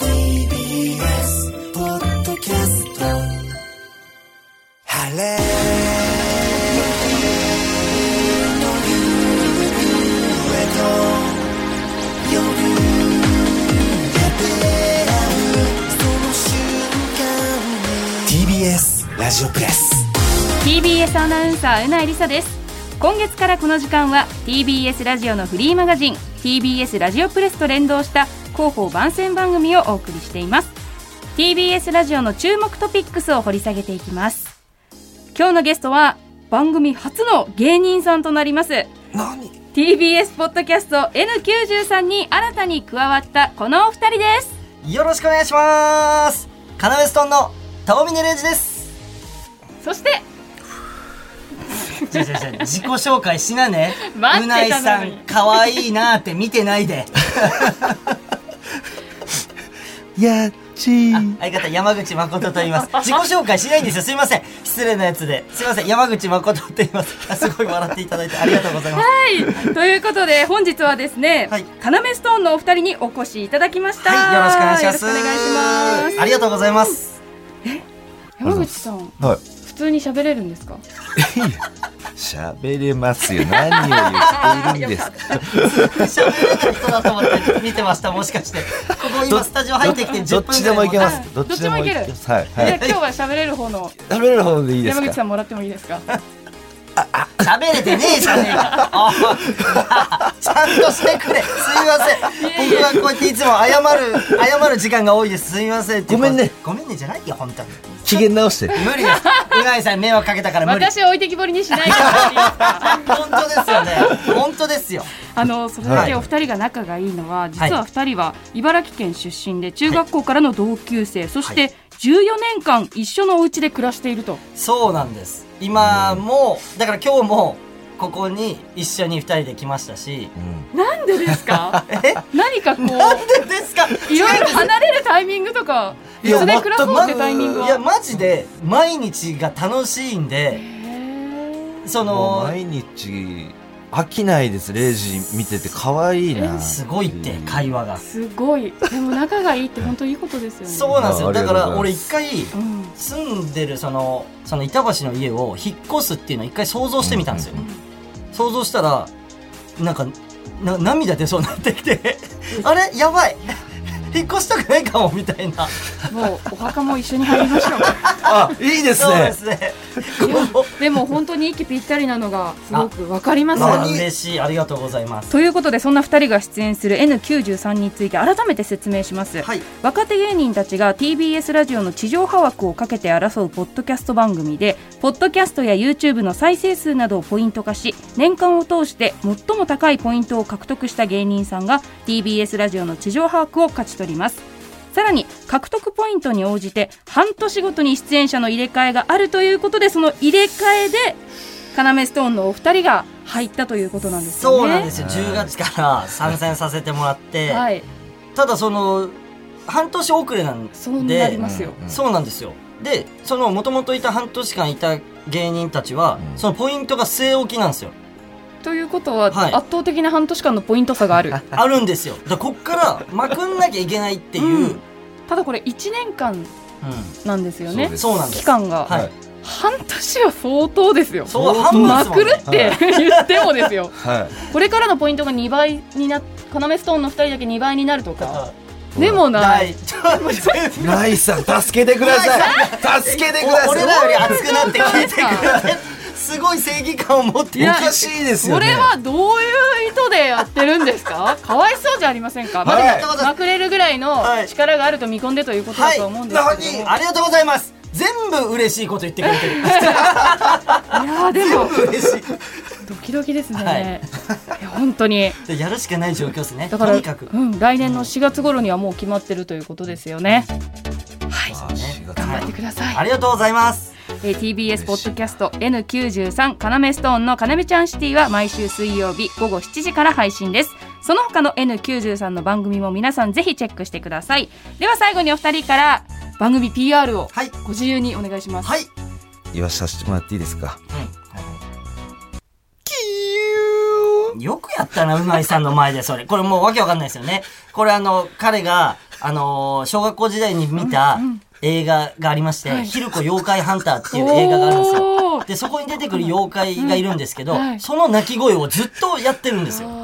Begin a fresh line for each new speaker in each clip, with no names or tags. TBS ポッドキャスト晴れの夕暮れと夜で出会うその瞬間に TBS ラジオプレス
TBS アナウンサーうなえりさです今月からこの時間は TBS ラジオのフリーマガジン TBS ラジオプレスと連動した広報番宣番組をお送りしています TBS ラジオの注目トピックスを掘り下げていきます今日のゲストは番組初の芸人さんとなります
何
TBS ポッドキャスト N93 に新たに加わったこのお二人です
よろしくお願いしますカナメストーンのタオミネレンジです
そして
違う違う違う自己紹介しなね
待ってたのに
うないさんかわいいなって見てないで
やっちー
相方山口誠と言います自己紹介しないんですよすいません失礼なやつですいません山口誠と言いますあすごい笑っていただいてありがとうございます
はい、ということで本日はですね、
はい
カナメストーンのお二人にお越しいただきました。
はいよろしくお願いします
よろくお願いします
ありがとうございます
山口さん、
はい。
普通に喋れるんですか？
喋れますよ。何を言っているんですか。
喋れない人だと思って見てましたもしかしてここ今
ど
スタジオ入ってきて
ど
10分
っちでもいけ
す
ます。ど
どっ
っ
ち
ち
で
で
も
も
い
い
け
け
る
ます。はい。
じゃあ
はい。
今日は喋れる方の
喋れる方でいいです
山口さ
か。
んもらってもいいですか？
喋れてねえじゃねえ か。おいちゃんとしてくれ。すみません。僕はこうやっていつも謝る、謝る時間が多いです。すみませんっていう
ごめんね。
ごめんねじゃないよ、本当に。
機嫌直して。
無理です。うないさんに迷惑かけたから 無理。
私を置いてきぼりにしないでもらっていいですか
本当ですよね。本当ですよ。
あのそれだけお二人が仲がいいのは、実は二人は茨城県出身で中学校からの同級生、そして、14年間一緒のお家で暮らしていると。
そうなんです。今も、だから今日も、ここに一緒に二人で来ましたし。？
なんでですか
え
何かこう
なんでですか
いろいろ離れるタイミングとか、
い
い
や
つで暮らそうっ
全
て
く
タイミング
いや、
は。
マジで、毎日が楽しいんで、そ
もう
の、
毎日飽きないです。0時見てて可愛いな。
すごいって、
うん
会話が。
すごい。でも仲がいいって本当いいことですよね。
そうなんですよ。
ああり
だ
が
か
とうござい
ら
ます
俺一回
うん。
住んでるその、その板橋の家を引っ越すっていうのを一回想像してみたんですよ。
うん
想像したら、なんか、な涙出そうになってきて、 あれやばい 引っ越したくないかもみたいな。
もうお墓も一緒に入りましょう。
あ、いいです
そうで
ね。
すね。こ
でも本当に息ぴったりなのがすごくわかりま
う
す
まあ
よね。
嬉しい。ありがとうございます。
ということでそんな2人が出演する N93 について改めて説明します、
はい
若手芸人たちが TBS ラジオの地上波枠をかけて争うポッドキャスト番組でポッドキャストや YouTube の再生数などをポイント化し年間を通して最も高いポイントを獲得した芸人さんが TBS ラジオの地上波枠を勝ち取りますさらに獲得ポイントに応じて半年ごとに出演者の入れ替えがあるということでその入れ替えで要ストーンのお二人が入ったということなんですよね
そうなんですよ。10月から参戦させてもらって、
はい、
ただその、半年遅れなんで、
そうなりますよ。
うん
そうなんですよ。で、その、もともといた半年間いた芸人たちは、
うん
そのポイントが据え置きなんですよ。
ということは、
はい
圧倒的な半年間のポイント差がある。
あるんですよ。だからこっから、まくんなきゃいけないっていう、
う
うんん。
ただこれ1年間なんですよ
そう
ね
で。す
そうなんで
期
す。
間が、
はい。
はい
半年は相当ですよ。
そう、
そう
半分
ま
ですもん
くる
ね。
って、言ってもですよ。
は
これからのポイントが2倍になっ、要ストーンの2人だけ2倍になるとか、
い。
でも
な。
ないい。
ちょっと待って
ナイスさん助けてください。助けてくだ
お俺
さ
ら
い。
より熱くなって聞いてくれて。すごい正義感を持って
い
い
や
おかしいです
こ
よね。
れはどういう意図でやってるんですかかわいそうじゃありませんかまだ
はい
まくれるぐらいの
はい
力があると見込んでということだ
はい。
と思うんですけども、
ありがとうございます。全部嬉しいこと言ってくれて る。
い、やーでも
嬉しい。
ドキドキですね、
はい
いや本当 に
でやるしかない状況ですね。
だから
とにかく。
うん、来年の4月頃にはもう決まってるということですよね。
ですよね
4。月
は
頑張って
い
ください
ありがとうございます。
えー TBS ポッドキャスト N93 かなめストーンのかなめちゃんシティは毎週水曜日午後7時から配信ですその他の N93 の番組も皆さんぜひチェックしてくださいでは最後にお二人から番組 PR を
はい
ご自由にお願いします、
はい。
言わさせてもらっていいですか
よくやったな、うまいさんの前で、それ。これもうわけわかんないですよね。これあの、彼が、あのー小学校時代に見た映画がありまして、
はい
ヒルコ妖怪ハンターっていう映画があるんですよ。
おー
で、そこに出てくる妖怪がいるんですけど、
うんはい
その鳴き声をずっとやってるんですよ。
あー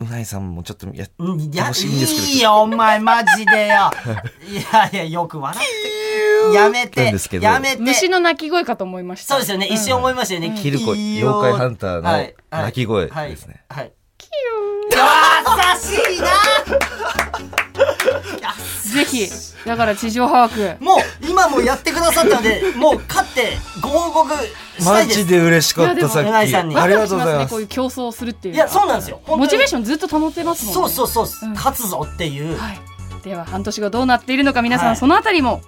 うないさんもちょっとやっ
うんや
楽しいんですけど
いいよ、お前、マジでよ。いやいや、よく笑って。やめ
な
て
んですけ、ど
やめて。
虫の鳴き声かと思いました
そうですよね、一瞬思いましたよね。
ヒルコ
いい
妖
よ
怪ハンターの鳴き声
はい
ですね。
はい。優しいな
ぜひだから地上波枠
もう、今もやってくださったの で、もう勝ってご報告した
マ
いです。
ジで嬉しかっ
いやで
た
も
さっき
うないさんに
ありがとうござい
ワクワクしね
ま
こういう
す
競争をするっていう
い
のは
や、そうなんですよ。
モチベー
シ
ションずっと保てますもんね
そうそうそ
う。
う
ん
勝つぞっていう。は。
はいい、では半年後どうなっているのか皆さん、
はい
そのあたりも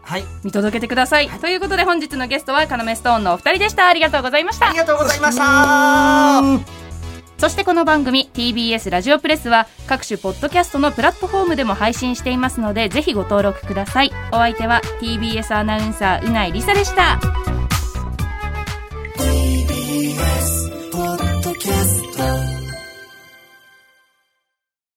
見届けてください、ということで本日のゲストはカナメストーンのお二人でしたありがとうございました
ありがとうございました。
そしてこの番組 TBS ラジオプレスは各種ポッドキャストのプラットフォームでも配信していますのでぜひご登録くださいお相手は TBS アナウンサーうないりさでした